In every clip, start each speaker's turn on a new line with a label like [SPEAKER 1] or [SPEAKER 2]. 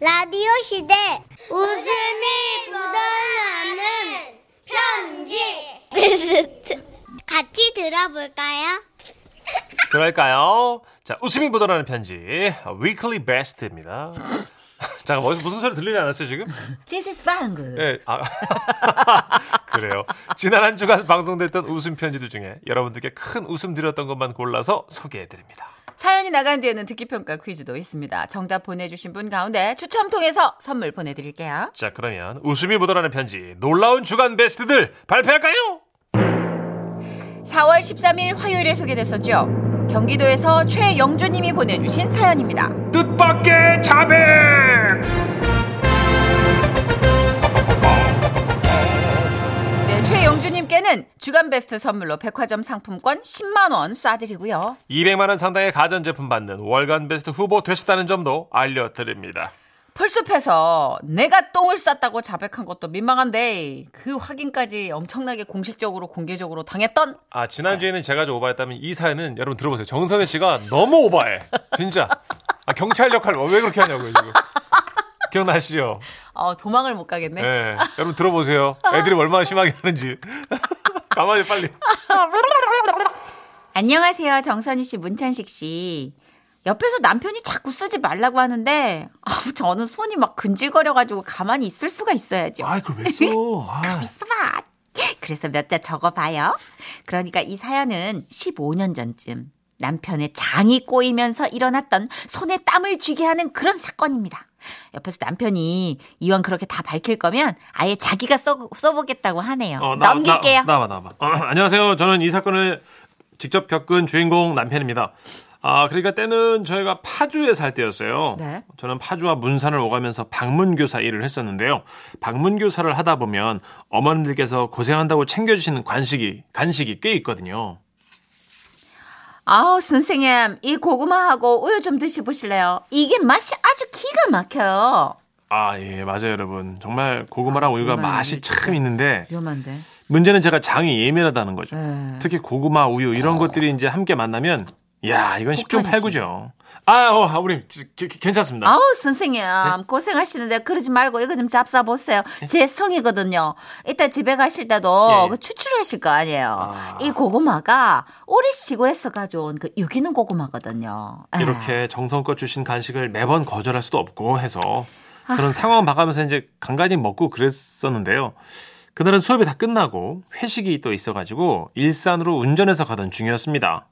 [SPEAKER 1] 라디오 시대 웃음이 묻어나는 편지 베스트 같이 들어볼까요?
[SPEAKER 2] 그럴까요? 자, 웃음이 묻어나는 편지. 위클리 베스트입니다. 잠깐, 어디서 무슨 소리 들리지 않았어요, 지금?
[SPEAKER 3] This is 방구.
[SPEAKER 2] 예. 아, 그래요. 지난 한 주간 방송됐던 웃음 편지들 중에 여러분들께 큰 웃음 드렸던 것만 골라서 소개해드립니다.
[SPEAKER 3] 사연이 나간 뒤에는 듣기평가 퀴즈도 있습니다. 정답 보내주신 분 가운데 추첨 통해서 선물 보내드릴게요.
[SPEAKER 2] 자, 그러면 웃음이 묻어나는 편지. 놀라운 주간 베스트들 발표할까요?
[SPEAKER 3] 4월 13일 화요일에 소개됐었죠. 경기도에서 최영주님이 보내주신 사연입니다.
[SPEAKER 2] 뜻밖의 자백!
[SPEAKER 3] 네, 최영주님께는 주간 베스트 선물로 백화점 상품권 10만원 쏴드리고요.
[SPEAKER 2] 200만원 상당의 가전제품 받는 월간 베스트 후보 되셨다는 점도 알려드립니다.
[SPEAKER 3] 풀숲에서 내가 똥을 쌌다고 자백한 것도 민망한데 그 확인까지 엄청나게 공식적으로 공개적으로 당했던
[SPEAKER 2] 아 지난주에는 제가 좀 오바했다면 이 사연은 여러분 들어보세요. 정선혜 씨가 너무 오바해. 진짜. 아, 경찰 역할 왜 그렇게 하냐고요 지금. 기억나시죠?
[SPEAKER 3] 어, 도망을 못 가겠네.
[SPEAKER 2] 예. 여러분 들어보세요. 애들이 얼마나 심하게 하는지. 가만히 빨리.
[SPEAKER 3] 안녕하세요. 정선희 씨, 문찬식 씨. 옆에서 남편이 자꾸 쓰지 말라고 하는데 아우, 저는 손이 막 근질거려가지고 가만히 있을 수가 있어야죠.
[SPEAKER 2] 아 그걸 왜 써? 아.
[SPEAKER 3] 있어봐. 그래서 몇 자 적어봐요. 그러니까 이 사연은 15년 전쯤 남편의 장이 꼬이면서 일어났던 손에 땀을 쥐게 하는 그런 사건입니다. 옆에서 남편이 이왕 그렇게 다 밝힐 거면 아예 자기가 써, 써보겠다고 하네요.
[SPEAKER 2] 어, 나-
[SPEAKER 3] 넘길게요.
[SPEAKER 2] 나, 나와 나와. 어, 안녕하세요. 저는 이 사건을 직접 겪은 주인공 남편입니다. 아 그러니까 때는 저희가 파주에 살 때였어요.
[SPEAKER 3] 네.
[SPEAKER 2] 저는 파주와 문산을 오가면서 방문교사 일을 했었는데요. 방문교사를 하다 보면 어머님들께서 고생한다고 챙겨주시는 관식이 간식이 꽤 있거든요.
[SPEAKER 3] 아우 선생님 이 고구마하고 우유 좀 드셔보실래요? 이게 맛이 아주 기가 막혀요.
[SPEAKER 2] 아 예 맞아요 여러분 정말 고구마랑
[SPEAKER 3] 아,
[SPEAKER 2] 우유가
[SPEAKER 3] 정말
[SPEAKER 2] 맛이
[SPEAKER 3] 진짜.
[SPEAKER 2] 참 있는데
[SPEAKER 3] 위험한데.
[SPEAKER 2] 문제는 제가 장이 예민하다는 거죠.
[SPEAKER 3] 네.
[SPEAKER 2] 특히 고구마, 우유 이런 것들이 이제 함께 만나면 야 이건 10중
[SPEAKER 3] 폭탄이지.
[SPEAKER 2] 8구죠. 아, 어, 아버님 지- 기- 기- 괜찮습니다.
[SPEAKER 3] 아우 선생님
[SPEAKER 2] 네?
[SPEAKER 3] 고생하시는데 그러지 말고 이거 좀 잡숴 보세요. 제 성이거든요. 이따 집에 가실 때도
[SPEAKER 2] 예.
[SPEAKER 3] 그 추출하실 거 아니에요.
[SPEAKER 2] 아.
[SPEAKER 3] 이 고구마가 우리 시골에서 가져온 그 유기농 고구마거든요. 예. 에.
[SPEAKER 2] 이렇게 정성껏 주신 간식을 매번 거절할 수도 없고 해서 그런 상황 봐가면서 이제 간간히 먹고 그랬었는데요. 그날은 수업이 다 끝나고 회식이 또 있어가지고 일산으로 운전해서 가던 중이었습니다.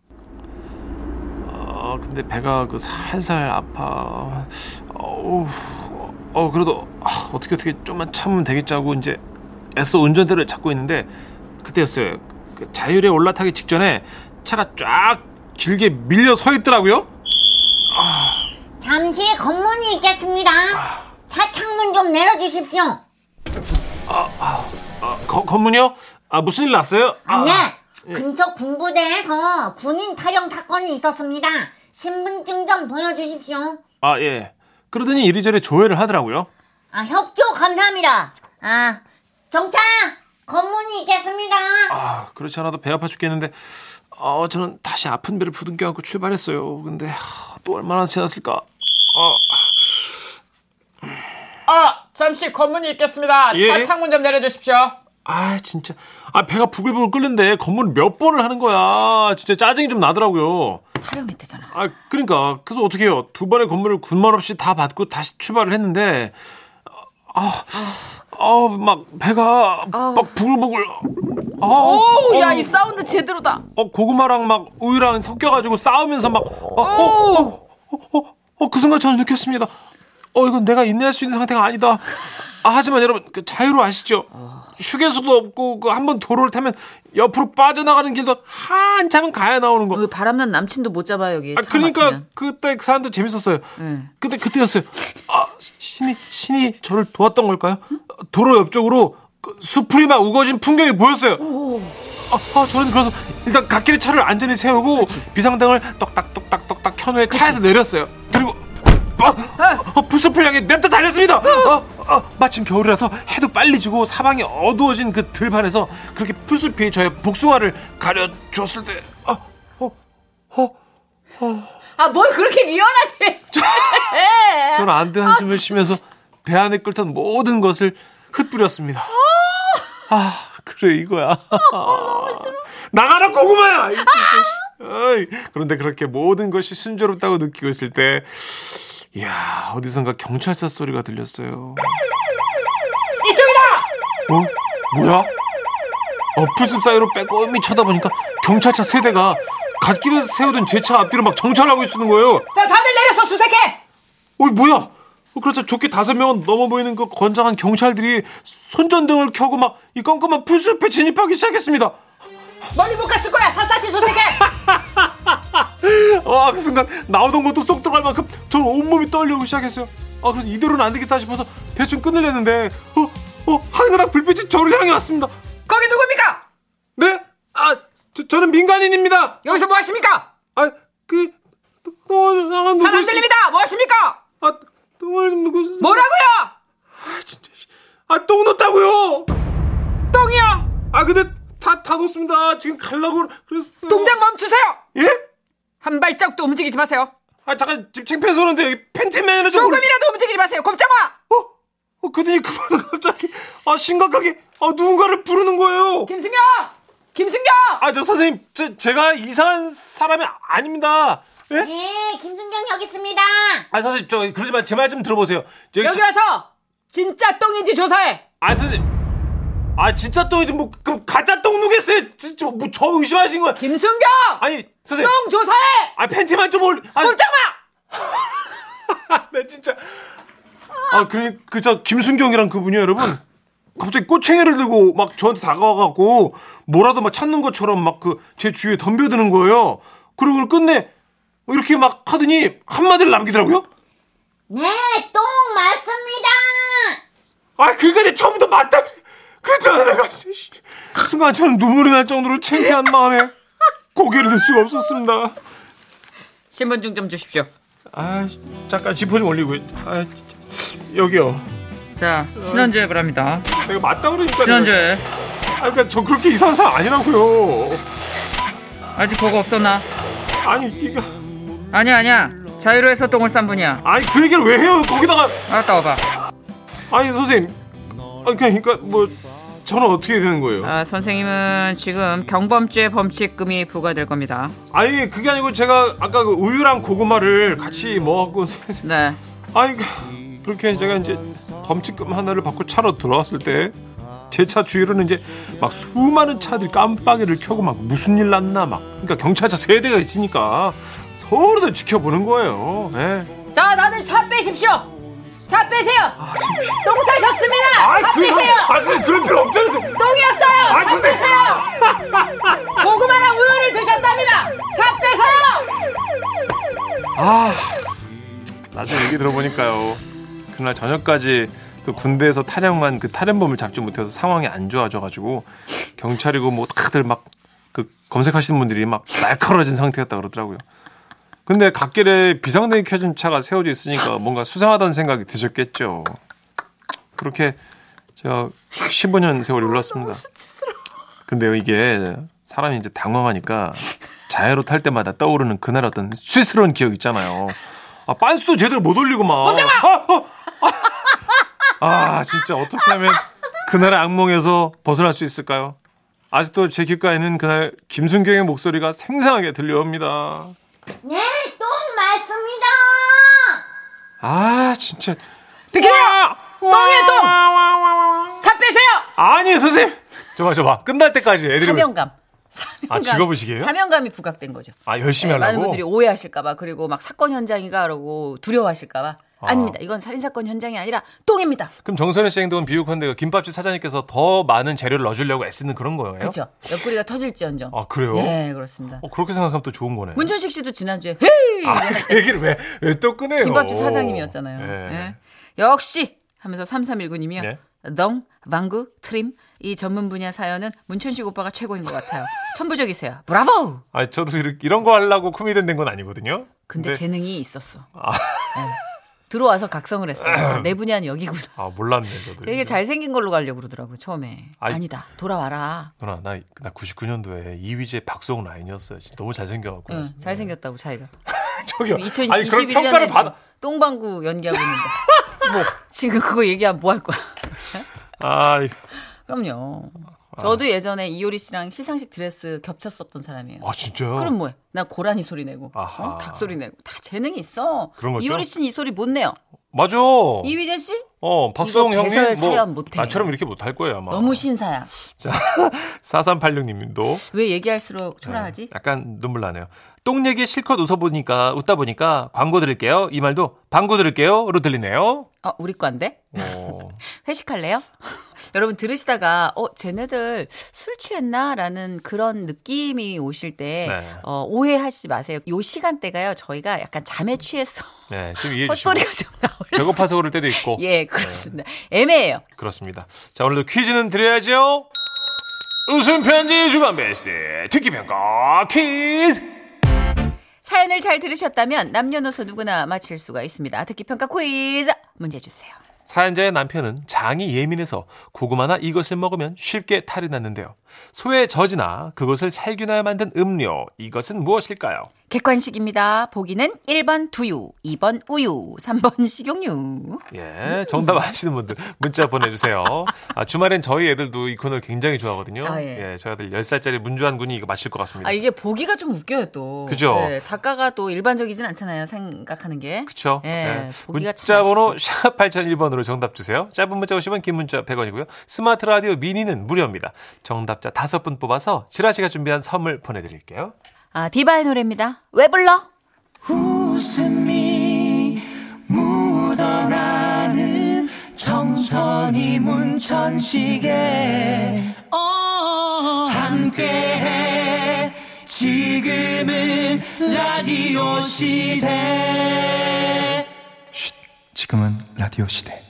[SPEAKER 2] 아 근데 배가 그 살살 아파. 어우, 어 그래도 아, 어떻게 어떻게 좀만 참으면 되겠지 하고 이제 애써 운전대를 잡고 있는데 그때였어요. 그 자율에 올라타기 직전에 차가 쫙 길게 밀려 서 있더라고요.
[SPEAKER 1] 잠시 검문이 있겠습니다 차 창문 좀 내려주십시오
[SPEAKER 2] 아, 거- 건문이요? 아 무슨 일 났어요? 아,
[SPEAKER 1] 아니 근처 군부대에서 군인 타령 사건이 있었습니다 신분증 좀 보여주십시오
[SPEAKER 2] 아 예. 그러더니 이리저리 조회를 하더라고요.
[SPEAKER 1] 아 협조 감사합니다 아 정차 검문이 있겠습니다
[SPEAKER 2] 아 그렇지 않아도 배 아파 죽겠는데 어 저는 다시 아픈 배를 부둥켜 안고 출발했어요. 근데 하, 또 얼마나 지났을까?
[SPEAKER 4] 아, 잠시 검문이 있겠습니다.
[SPEAKER 2] 예.
[SPEAKER 4] 차 창문 좀 내려주십시오.
[SPEAKER 2] 아 진짜 아 배가 부글부글 끓는데 건물을 몇 번을 하는 거야. 진짜 짜증이 좀 나더라고요.
[SPEAKER 3] 타령했대잖아.
[SPEAKER 2] 아 그러니까 그래서 어떻게 해요? 두 번의 건물을 군말 없이 다 받고 다시 출발을 했는데 아, 아아막 배가 막 부글부글 아,
[SPEAKER 3] 오, 야,
[SPEAKER 2] 어.
[SPEAKER 3] 이 사운드 제대로다.
[SPEAKER 2] 어, 고구마랑 막 우유랑 섞여가지고 싸우면서 막, 어, 어, 어, 어, 어, 어, 그 순간 저는 느꼈습니다. 어, 이건 내가 인내할 수 있는 상태가 아니다. 아, 하지만 여러분, 그 자유로 아시죠? 휴게소도 없고, 그 한번 도로를 타면 옆으로 빠져나가는 길도 한참은 가야 나오는 거.
[SPEAKER 3] 어, 바람난 남친도 못 잡아요, 여기.
[SPEAKER 2] 아,
[SPEAKER 3] 차
[SPEAKER 2] 그러니까
[SPEAKER 3] 막히면. 네.
[SPEAKER 2] 그때 그 사람도 재밌었어요.
[SPEAKER 3] 응.
[SPEAKER 2] 그때, 그때였어요. 아, 신이, 신이 저를 도왔던 걸까요? 도로 옆쪽으로 그 수풀이 막 우거진 풍경이 보였어요. 아, 아, 저는 그래서 일단 갓길에 차를 안전히 세우고 비상등을 똑딱똑딱똑딱 켠 후에 차에서 내렸어요. 그리고 아, 어, 불수풀 향에 냅다 달렸습니다.
[SPEAKER 3] 아!
[SPEAKER 2] 어, 어, 마침 겨울이라서 해도 빨리 지고 사방이 어두워진 그 들판에서 그렇게 풀숲이 저의 복숭아를 가려 주었을 때, 아, 어, 어,
[SPEAKER 3] 아, 뭘 그렇게 리얼하게. 해.
[SPEAKER 2] 저는 안대 한숨을 쉬면서 배 안에 끓던 모든 것을 흩뿌렸습니다. 아, 아. 그래 이거야. 나가라 고구마야. 이 진짜 씨. 어이. 그런데 그렇게 모든 것이 순조롭다고 느끼고 있을 때, 이야 어디선가 경찰차 소리가 들렸어요.
[SPEAKER 4] 이쪽이다!
[SPEAKER 2] 어? 뭐야? 어, 풀숲 사이로 빼꼼히 쳐다보니까 경찰차 세 대가 갓길에 세우던 제 차 앞뒤로 막 정찰하고 있는 거예요.
[SPEAKER 4] 자, 다들 내려서 수색해!
[SPEAKER 2] 어이 뭐야? 어, 그래서 좋게 다섯 명은 넘어 보이는 그 건장한 경찰들이 손전등을 켜고 막 이 깜깜한 풀숲에 진입하기 시작했습니다.
[SPEAKER 4] 멀리 못 갔을 거야! 샅샅이 수색해!
[SPEAKER 2] 아, 그 순간 나오던 것도 쏙 들어갈 만큼 전 온몸이 떨리고 시작했어요. 아, 그래서 이대로는 안 되겠다 싶어서 대충 끊으려는데 어, 어, 한 가닥 불빛이 저를 향해 왔습니다.
[SPEAKER 4] 거기 누굽니까?
[SPEAKER 2] 네? 아, 저, 저는 민간인입니다.
[SPEAKER 4] 여기서 뭐 하십니까?
[SPEAKER 2] 아, 그, 너, 나, 누구,
[SPEAKER 4] 사람 들립니다! 뭐 하십니까?
[SPEAKER 2] 아, 똥을 누구,
[SPEAKER 4] 뭐라고요?
[SPEAKER 2] 아, 똥 넣었다고요.
[SPEAKER 4] 똥이요!
[SPEAKER 2] 아, 근데 다, 다 넣었습니다. 지금 갈라고 그랬어요.
[SPEAKER 4] 동작 멈추세요!
[SPEAKER 2] 예?
[SPEAKER 4] 한 발짝도 움직이지 마세요!
[SPEAKER 2] 아, 잠깐, 지금 창피해서 그러는데 여기 팬티 매너 좀.
[SPEAKER 4] 조금이라도 움직이지 마세요! 곰장아!
[SPEAKER 2] 어? 어, 그더니 그분 갑자기, 아, 심각하게, 아, 누군가를 부르는 거예요.
[SPEAKER 4] 김승경! 김승경!
[SPEAKER 2] 아, 저 선생님, 제, 제가 이상한 사람이 아닙니다. 예?
[SPEAKER 1] 네, 김순경 여기 있습니다.
[SPEAKER 2] 아, 선생님, 저, 그러지 마. 제 말 좀 들어보세요. 저기,
[SPEAKER 4] 여기
[SPEAKER 2] 저-
[SPEAKER 4] 와서 진짜 똥인지 조사해!
[SPEAKER 2] 아 선생님 아 진짜 똥이지 뭐 그럼 가짜 똥 누겠어요 진짜 뭐 저 의심하신 거야
[SPEAKER 4] 김승경!
[SPEAKER 2] 아니 선생님
[SPEAKER 4] 똥 어, 조사해!
[SPEAKER 2] 아 팬티만 좀 올려 아,
[SPEAKER 4] 꼼짝마!
[SPEAKER 2] 나 네, 진짜 아 그니 그저 김순경이란 그분이요 여러분 갑자기 꼬챙이를 들고 막 저한테 다가와갖고 뭐라도 막 찾는 것처럼 막 그 제 주위에 덤벼드는 거예요 그리고 끝내 이렇게 막 하더니 한마디를 남기더라고요
[SPEAKER 1] 네, 똥 맞습니다.
[SPEAKER 2] 아 그러니까 내가 처음부터 맞다 그랬잖아 내가 씨. 순간 저는 눈물이 날 정도로 창피한 마음에 고개를 들 수가 없었습니다
[SPEAKER 4] 신분증 좀 주십시오.
[SPEAKER 2] 아 잠깐 지퍼 좀 올리고 아 진짜. 여기요
[SPEAKER 5] 자, 신원조회 바랍니다.
[SPEAKER 4] 아,
[SPEAKER 2] 내가 맞다 그러니까 내가-
[SPEAKER 5] 신원조회.
[SPEAKER 2] 아 그러니까 저 그렇게 이상한 사람 아니라고요
[SPEAKER 5] 아직 보고 없었나?
[SPEAKER 2] 아니 이거
[SPEAKER 5] 아니야, 아니야. 자유로에서 똥을 싼 분이야.
[SPEAKER 2] 아니 그 얘기를 왜 해요 거기다가
[SPEAKER 5] 알았다 와봐.
[SPEAKER 2] 아니 선생님 아니 그러니까 뭐 저는 어떻게 되는 거예요
[SPEAKER 5] 아, 선생님은 지금 경범죄 범칙금이 부과될 겁니다.
[SPEAKER 2] 아니 그게 아니고 제가 아까 그 우유랑 고구마를 같이 먹었고
[SPEAKER 5] 네.
[SPEAKER 2] 아니 그- 그렇게 제가 이제 범칙금 하나를 받고 차로 돌아왔을 때 제 차 주위로는 이제 막 수많은 차들이 깜빡이를 켜고 막 무슨 일 났나 막 그러니까 경찰차 세 대가 있으니까 서로도 지켜보는 거예요. 예.
[SPEAKER 4] 자, 다들 차 빼십시오! 차 빼세요!
[SPEAKER 2] 아, 참.
[SPEAKER 4] 똥 싸셨습니다! 차
[SPEAKER 2] 그,
[SPEAKER 4] 빼세요!
[SPEAKER 2] 아, 선생님, 그럴 필요 없잖아요.
[SPEAKER 4] 똥이었어요!
[SPEAKER 2] 아, 선생님.
[SPEAKER 4] 고구마랑 우유를 드셨답니다! 차 빼세요!
[SPEAKER 2] 아, 나중에 얘기 들어보니까요. 그날 저녁까지 그 군대에서 탈영만 그 탈영범을 잡지 못해서 상황이 안 좋아져가지고 경찰이고 뭐 다들 막 그 검색하시는 분들이 막 날카로워진 상태였다 그러더라고요. 근데 갓길에 비상등이 켜진 차가 세워져 있으니까 뭔가 수상하다는 생각이 드셨겠죠. 그렇게 제가 15년 세월이 흘렀습니다. 근데요 이게 사람이 이제 당황하니까 자해로 탈 때마다 떠오르는 그날 어떤 수스러운 기억 있잖아요. 아 빤스도 제대로 못 올리고 막. 아, 어, 아, 아, 진짜 어떻게 하면 그날의 악몽에서 벗어날 수 있을까요? 아직도 제 귓가에는 그날 김순경의 목소리가 생생하게 들려옵니다.
[SPEAKER 1] 네, 똥 맞습니다.
[SPEAKER 2] 아 진짜.
[SPEAKER 4] 비키라! 똥이에요, 똥! 차 빼세요!
[SPEAKER 2] 아니 선생님. 저봐 저봐 끝날 때까지 애들이.
[SPEAKER 3] 사명감.
[SPEAKER 2] 아 직업의식이에요?
[SPEAKER 3] 사명감이 부각된 거죠.
[SPEAKER 2] 아 열심히
[SPEAKER 3] 네, 많은
[SPEAKER 2] 하려고.
[SPEAKER 3] 분들이 오해하실까봐 그리고 막 사건 현장이가 그러고 두려워하실까봐 아. 닙니다 이건 살인 사건 현장이 아니라 똥입니다.
[SPEAKER 2] 그럼 정선혜 씨 행동은 비육한데가 김밥집 사장님께서 더 많은 재료를 넣어주려고 애쓰는 그런 거예요?
[SPEAKER 3] 그렇죠. 옆구리가 터질지언정.
[SPEAKER 2] 아 그래요?
[SPEAKER 3] 예, 그렇습니다.
[SPEAKER 2] 어, 그렇게 생각하면 또 좋은 거네.
[SPEAKER 3] 문준식 씨도 지난주에 헤이
[SPEAKER 2] 아, 그 얘기를 왜, 왜 또 꺼내요?
[SPEAKER 3] 김밥집 사장님이었잖아요.
[SPEAKER 2] 예.
[SPEAKER 3] 예. 역시 하면서 3319님이요.
[SPEAKER 2] 네.
[SPEAKER 3] 덩, 방구, 트림 이 전문 분야 사연은 문천식 오빠가 최고인 것 같아요. 천부적이세요. 브라보.
[SPEAKER 2] 아, 저도 이렇게, 이런 거 하려고 코미디언 된 건 아니거든요.
[SPEAKER 3] 근데 재능이 있었어.
[SPEAKER 2] 네. 아.
[SPEAKER 3] 예. 들어와서 각성을 했어요. 아, 내 분야는 여기구나.
[SPEAKER 2] 아, 몰랐네, 저도.
[SPEAKER 3] 되게 잘생긴 걸로 가려고 그러더라고요, 처음에.
[SPEAKER 2] 아이.
[SPEAKER 3] 아니다, 돌아와라.
[SPEAKER 2] 누나, 나, 나 99년도에 이휘재 박소웅 라인이었어요. 진짜 너무 잘생겨갖고.
[SPEAKER 3] 응, 잘생겼다고, 자기가.
[SPEAKER 2] 저기요.
[SPEAKER 3] 2021
[SPEAKER 2] 아니, 그런
[SPEAKER 3] 년에
[SPEAKER 2] 평가를 받아.
[SPEAKER 3] 똥방구 연기하고 있는데. 뭐, 지금 그거 얘기하면 뭐 할 거야.
[SPEAKER 2] 아, 이-
[SPEAKER 3] 그럼요. 저도 예전에 이효리 씨랑 시상식 드레스 겹쳤었던 사람이에요.
[SPEAKER 2] 아 진짜요?
[SPEAKER 3] 그럼 뭐해? 나 고라니 소리 내고,
[SPEAKER 2] 아하.
[SPEAKER 3] 어? 닭 소리 내고, 다 재능이 있어.
[SPEAKER 2] 그런 거죠? 어.
[SPEAKER 3] 이효리 씨는 이 소리 못 내요.
[SPEAKER 2] 맞아.
[SPEAKER 3] 이휘재 씨?
[SPEAKER 2] 어, 박수홍
[SPEAKER 3] 이거 배설
[SPEAKER 2] 형님 뭐
[SPEAKER 3] 사연 못해.
[SPEAKER 2] 나처럼 이렇게 못 할 거예요 아마.
[SPEAKER 3] 너무 신사야.
[SPEAKER 2] 자, 4386님도
[SPEAKER 3] 왜 얘기할수록
[SPEAKER 2] 네.
[SPEAKER 3] 초라하지?
[SPEAKER 2] 약간 눈물 나네요. 똥 얘기 실컷 웃어보니까 웃다 보니까 광고 들을게요. 이 말도 광고 들을게요로 들리네요.
[SPEAKER 3] 어, 우리 건데?
[SPEAKER 2] 어,
[SPEAKER 3] 회식할래요? 여러분 들으시다가 어 쟤네들 술 취했나라는 그런 느낌이 오실 때
[SPEAKER 2] 네.
[SPEAKER 3] 어, 오해하시지 마세요. 요 시간대가요 저희가 약간 잠에 취해서
[SPEAKER 2] 네, 좀 이해해 주시고.
[SPEAKER 3] 헛소리가 좀 나올 수.
[SPEAKER 2] 배고파서 그럴 때도 있고.
[SPEAKER 3] 예 그렇습니다. 애매해요.
[SPEAKER 2] 그렇습니다. 자, 오늘도 퀴즈는 드려야죠. 웃음 편지 주간 베스트 특기 평가 퀴즈.
[SPEAKER 3] 사연을 잘 들으셨다면 남녀노소 누구나 맞힐 수가 있습니다. 듣기 평가 퀴즈 문제 주세요.
[SPEAKER 2] 사연자의 남편은 장이 예민해서 고구마나 이것을 먹으면 쉽게 탈이 났는데요. 소의 젖이나 그것을 살균하여 만든 음료 이것은 무엇일까요?
[SPEAKER 3] 객관식입니다. 보기는 1번 두유, 2번 우유, 3번 식용유.
[SPEAKER 2] 예,
[SPEAKER 3] 음.
[SPEAKER 2] 정답 아시는 분들 문자 보내주세요. 아, 주말엔 저희 애들도 이 코너를 굉장히 좋아하거든요.
[SPEAKER 3] 아,
[SPEAKER 2] 예.
[SPEAKER 3] 예.
[SPEAKER 2] 저희 아들 10살짜리 문주환 군이 이거 맞힐 것 같습니다.
[SPEAKER 3] 아 이게 보기가 좀 웃겨요 또. 네,
[SPEAKER 2] 그죠?
[SPEAKER 3] 작가가 또 일반적이진 않잖아요 생각하는 게.
[SPEAKER 2] 그렇죠.
[SPEAKER 3] 예, 보기가 참
[SPEAKER 2] 문자번호 샵 8001번으로 정답 주세요. 짧은 문자 50원, 긴 문자 100원이고요. 스마트 라디오 미니는 무료입니다. 정답자 5분 뽑아서 지라씨가 준비한 선물 보내드릴게요.
[SPEAKER 3] 아 디바의 노래입니다. 왜 불러?
[SPEAKER 6] 웃음이 묻어나는 정선이 문천식에 함께해 지금은 라디오 시대 지금은 라디오 시대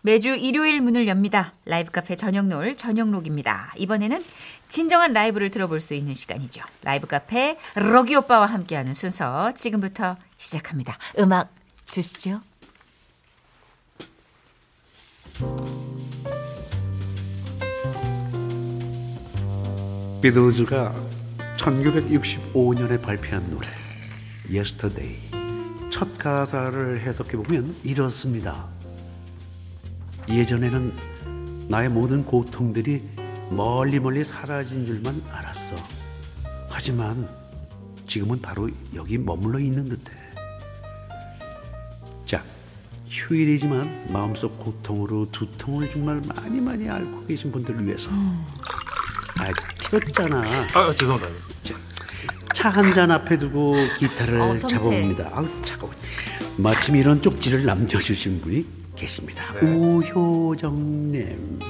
[SPEAKER 3] 매주 일요일 문을 엽니다. 라이브 카페 저녁놀 저녁록입니다. 이번에는 진정한 라이브를 들어볼 수 있는 시간이죠. 라이브 카페 러기 오빠와 함께하는 순서 지금부터 시작합니다. 음악 주시죠.
[SPEAKER 7] 비틀즈가 1965년에 발표한 노래 Yesterday 첫 가사를 해석해 보면 이렇습니다. 예전에는 나의 모든 고통들이 멀리 멀리 사라진 줄만 알았어. 하지만 지금은 바로 여기 머물러 있는 듯해. 자, 휴일이지만 마음속 고통으로 두통을 정말 많이 많이 앓고 계신 분들을 위해서 아, 튀었잖아.
[SPEAKER 2] 아, 죄송합니다.
[SPEAKER 7] 차 한 잔 앞에 두고 기타를
[SPEAKER 3] 어우, 섬세해.
[SPEAKER 7] 잡아봅니다. 아우, 차가워. 마침 이런 쪽지를 남겨주신 분이 계십니다.
[SPEAKER 2] 네.
[SPEAKER 7] 우효정님.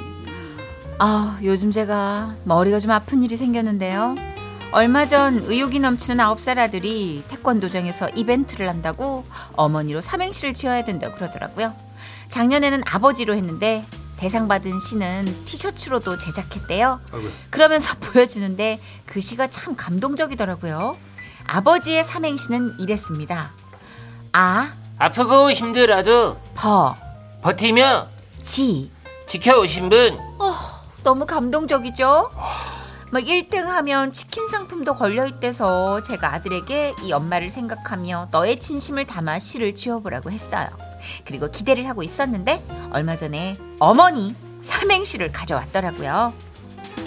[SPEAKER 3] 아, 요즘 제가 머리가 좀 아픈 일이 생겼는데요. 얼마 전 의욕이 넘치는 아홉 살 아들이 태권도장에서 이벤트를 한다고 어머니로 삼행시를 지어야 된다고 그러더라고요. 작년에는 아버지로 했는데 대상 받은 시는 티셔츠로도 제작했대요. 그러면서 보여주는데 그 시가 참 감동적이더라고요. 아버지의 삼행시는 이랬습니다. 아,
[SPEAKER 8] 아프고 힘들어도
[SPEAKER 3] 버,
[SPEAKER 8] 버티며
[SPEAKER 3] 지.
[SPEAKER 8] 지켜오신 분
[SPEAKER 3] 너무 감동적이죠? 막 1등 하면 치킨 상품도 걸려있대서 제가 아들에게 이 엄마를 생각하며 너의 진심을 담아 시를 지어보라고 했어요. 그리고 기대를 하고 있었는데 얼마 전에 어머니 삼행시를 가져왔더라고요.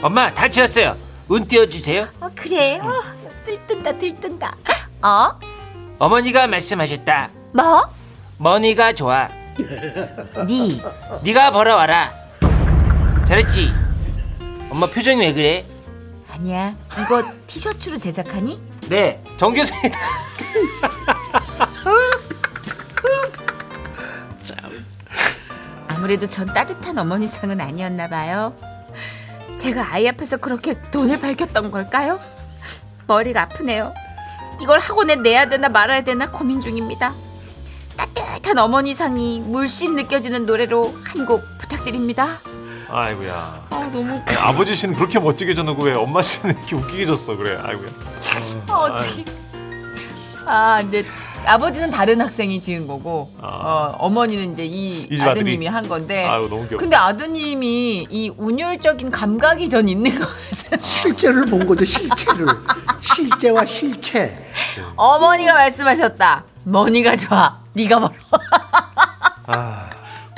[SPEAKER 8] 엄마 다 지었어요 운 띄워주세요
[SPEAKER 3] 어, 그래. 어, 들뜬다, 들뜬다. 어?
[SPEAKER 8] 어머니가 말씀하셨다
[SPEAKER 3] 뭐?
[SPEAKER 8] 머니가 좋아
[SPEAKER 3] 니.
[SPEAKER 8] 네가 벌어와라 잘했지 엄마 표정이 왜 그래
[SPEAKER 3] 아니야. 이거 티셔츠로 제작하니?
[SPEAKER 8] 네 정교수이다
[SPEAKER 3] 아무래도 전 따뜻한 어머니상은 아니었나 봐요. 제가 아이 앞에서 그렇게 돈을 밝혔던 걸까요? 머리가 아프네요. 이걸 학원에 내야 되나 말아야 되나 고민 중입니다. 따뜻한 어머니상이 물씬 느껴지는 노래로 한 곡 부탁드립니다.
[SPEAKER 2] 아이고야. 아, 버지 씨는 그렇게 멋지게 줬는데 왜 엄마 씨는 이렇게 웃기게 줬어? 그래, 아이고야.
[SPEAKER 3] 아, 어떡해. 아, 근데 아버지는 다른 학생이 지은 거고
[SPEAKER 2] 아.
[SPEAKER 3] 어, 어머니는 이제 이
[SPEAKER 2] 이집 아들이?
[SPEAKER 3] 아드님이 한 건데
[SPEAKER 2] 아유, 너무 귀엽다.
[SPEAKER 3] 근데 아드님이 이 운율적인 감각이 전 있는 것 같아요.
[SPEAKER 7] 실제를 본 거죠, 실제를. 실제와 실체.
[SPEAKER 3] 어머니가 말씀하셨다. 머니가 좋아. 네가 벌어.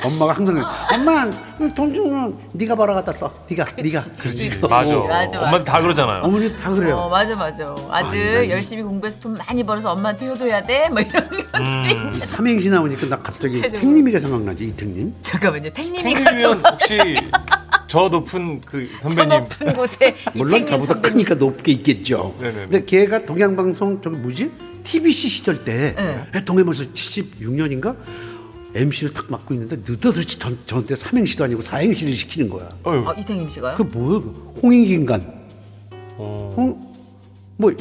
[SPEAKER 7] 엄마가 항상 그래. 엄마 돈 주면 네가 벌어갖다 써. 네가 네가. 그렇지.
[SPEAKER 2] 음, 맞아.
[SPEAKER 3] 맞아.
[SPEAKER 2] 엄마는 다 그러잖아요.
[SPEAKER 7] 어머니 다 그래요.
[SPEAKER 3] 어, 맞아 맞아. 아들 열심히 공부해서 돈 많이 벌어서 엄마한테 효도해야 돼. 뭐 이런 거.
[SPEAKER 7] 이 삼행시 나오니까 나 갑자기
[SPEAKER 3] 구체적으로.
[SPEAKER 7] 택님이가 생각나지 이택님.
[SPEAKER 3] 잠깐만요. 택님이가
[SPEAKER 2] 팬이면 혹시 저 높은 그
[SPEAKER 3] 저
[SPEAKER 2] 선배님
[SPEAKER 3] 높은 곳에 이
[SPEAKER 7] 물론
[SPEAKER 3] 택님
[SPEAKER 7] 저보다
[SPEAKER 3] 선배님.
[SPEAKER 7] 크니까 높게 있겠죠.
[SPEAKER 2] 네네네.
[SPEAKER 7] 근데 걔가 동양방송 저기 뭐지? TBC 시절 때
[SPEAKER 3] 네.
[SPEAKER 7] 네, 동해물에서 76년인가 MC를 딱 맡고 있는데 느닷없이 전, 저한테 삼행시도 아니고 사행시를 시키는 거야.
[SPEAKER 3] 아, 이택님 씨가요?
[SPEAKER 7] 그 뭐야? 그거? 홍익인간.
[SPEAKER 2] 어.
[SPEAKER 7] 홍, 뭐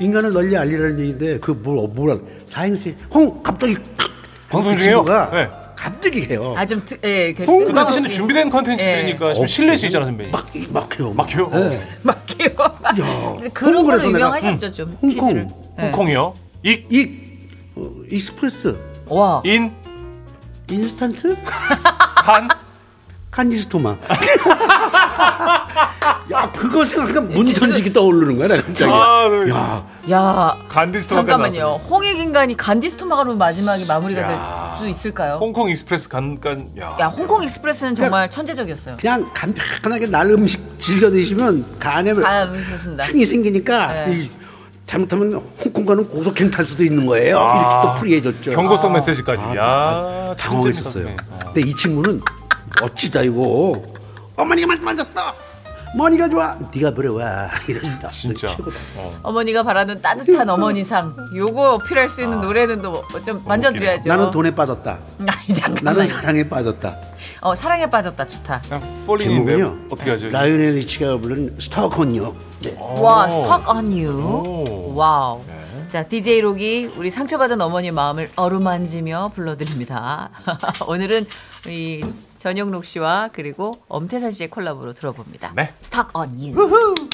[SPEAKER 7] 인간을 널리 알리라는 얘기인데 그뭘 뭐라 사행시 홍 갑자기 탁!
[SPEAKER 2] 방송
[SPEAKER 7] 그
[SPEAKER 2] 중에요?
[SPEAKER 7] 친구가
[SPEAKER 2] 네.
[SPEAKER 7] 갑자기 해요.
[SPEAKER 3] 아 좀 예, 이렇게
[SPEAKER 7] 홍-
[SPEAKER 2] 그 당시는 준비된
[SPEAKER 3] 예.
[SPEAKER 2] 컨텐츠들이니까 좀 실릴 수 있잖아 선배님.
[SPEAKER 7] 네. 막, 막 네. 해요.
[SPEAKER 2] 막 해요? 어.
[SPEAKER 3] 막히고
[SPEAKER 7] 야,
[SPEAKER 3] 그런 걸로
[SPEAKER 7] 홍콩에서 내가,
[SPEAKER 3] 유명하셨죠 좀 퀴즈를. 예.
[SPEAKER 7] 홍콩.
[SPEAKER 2] 음. 홍콩이요. 익,
[SPEAKER 7] 이 어, 익스프레스
[SPEAKER 3] 와
[SPEAKER 2] 인,
[SPEAKER 7] 인스턴트
[SPEAKER 2] 한.
[SPEAKER 7] 칸디스토마 야 그거 생각하니까 문전식이 떠오르는 거야 나 갑자기
[SPEAKER 2] 아, 네.
[SPEAKER 7] 야
[SPEAKER 3] 야.
[SPEAKER 2] 간디스토마까지
[SPEAKER 3] 잠깐만요. 홍익인간이 간디스토마가로 마지막에 마무리가
[SPEAKER 2] 야.
[SPEAKER 3] 될 수 있을까요?
[SPEAKER 2] 홍콩 익스프레스 간간 야.
[SPEAKER 3] 야 홍콩 익스프레스는 정말 천재적이었어요.
[SPEAKER 7] 그냥 간편하게 날 음식 즐겨 드시면 간에
[SPEAKER 3] 아 좋습니다.
[SPEAKER 7] 층이 생기니까
[SPEAKER 3] 네.
[SPEAKER 7] 이, 잘못하면 홍콩 가는 고속행 탈 수도 있는 거예요 이렇게 또 풀이해졌죠
[SPEAKER 2] 아, 경고성 네. 메시지까지.
[SPEAKER 7] 아,
[SPEAKER 2] 야,
[SPEAKER 7] 당황했었어요 아, 근데 이 친구는 어찌다 이거 어머니가 만져봤다 머니가 좋아 네가 부러워 이러신다
[SPEAKER 2] 진짜.
[SPEAKER 7] 최고다.
[SPEAKER 3] 어머니가 바라는 따뜻한 어머니상 요거 어필할 수 있는 노래는 또뭐 좀 만져드려야죠.
[SPEAKER 7] 아.
[SPEAKER 3] 음,
[SPEAKER 7] 나는 돈에 빠졌다
[SPEAKER 3] 아니 잠깐만.
[SPEAKER 7] 나는 사랑에 빠졌다.
[SPEAKER 3] 어 사랑에 빠졌다 좋다.
[SPEAKER 2] 그냥 폴린인데
[SPEAKER 7] 제목은요.
[SPEAKER 2] 어떻게 하죠?
[SPEAKER 7] 라이오넬 리치가 부른 스타콘요. 네.
[SPEAKER 3] 와 Stuck on
[SPEAKER 2] 그
[SPEAKER 3] You.
[SPEAKER 2] 오.
[SPEAKER 3] 와우. 자 DJ 록이 우리 상처받은 어머니의 마음을 어루만지며 불러드립니다. 오늘은 이 전영록 씨와 그리고 엄태산 씨의 콜라보로 들어봅니다.
[SPEAKER 2] 네.
[SPEAKER 3] Stuck on You.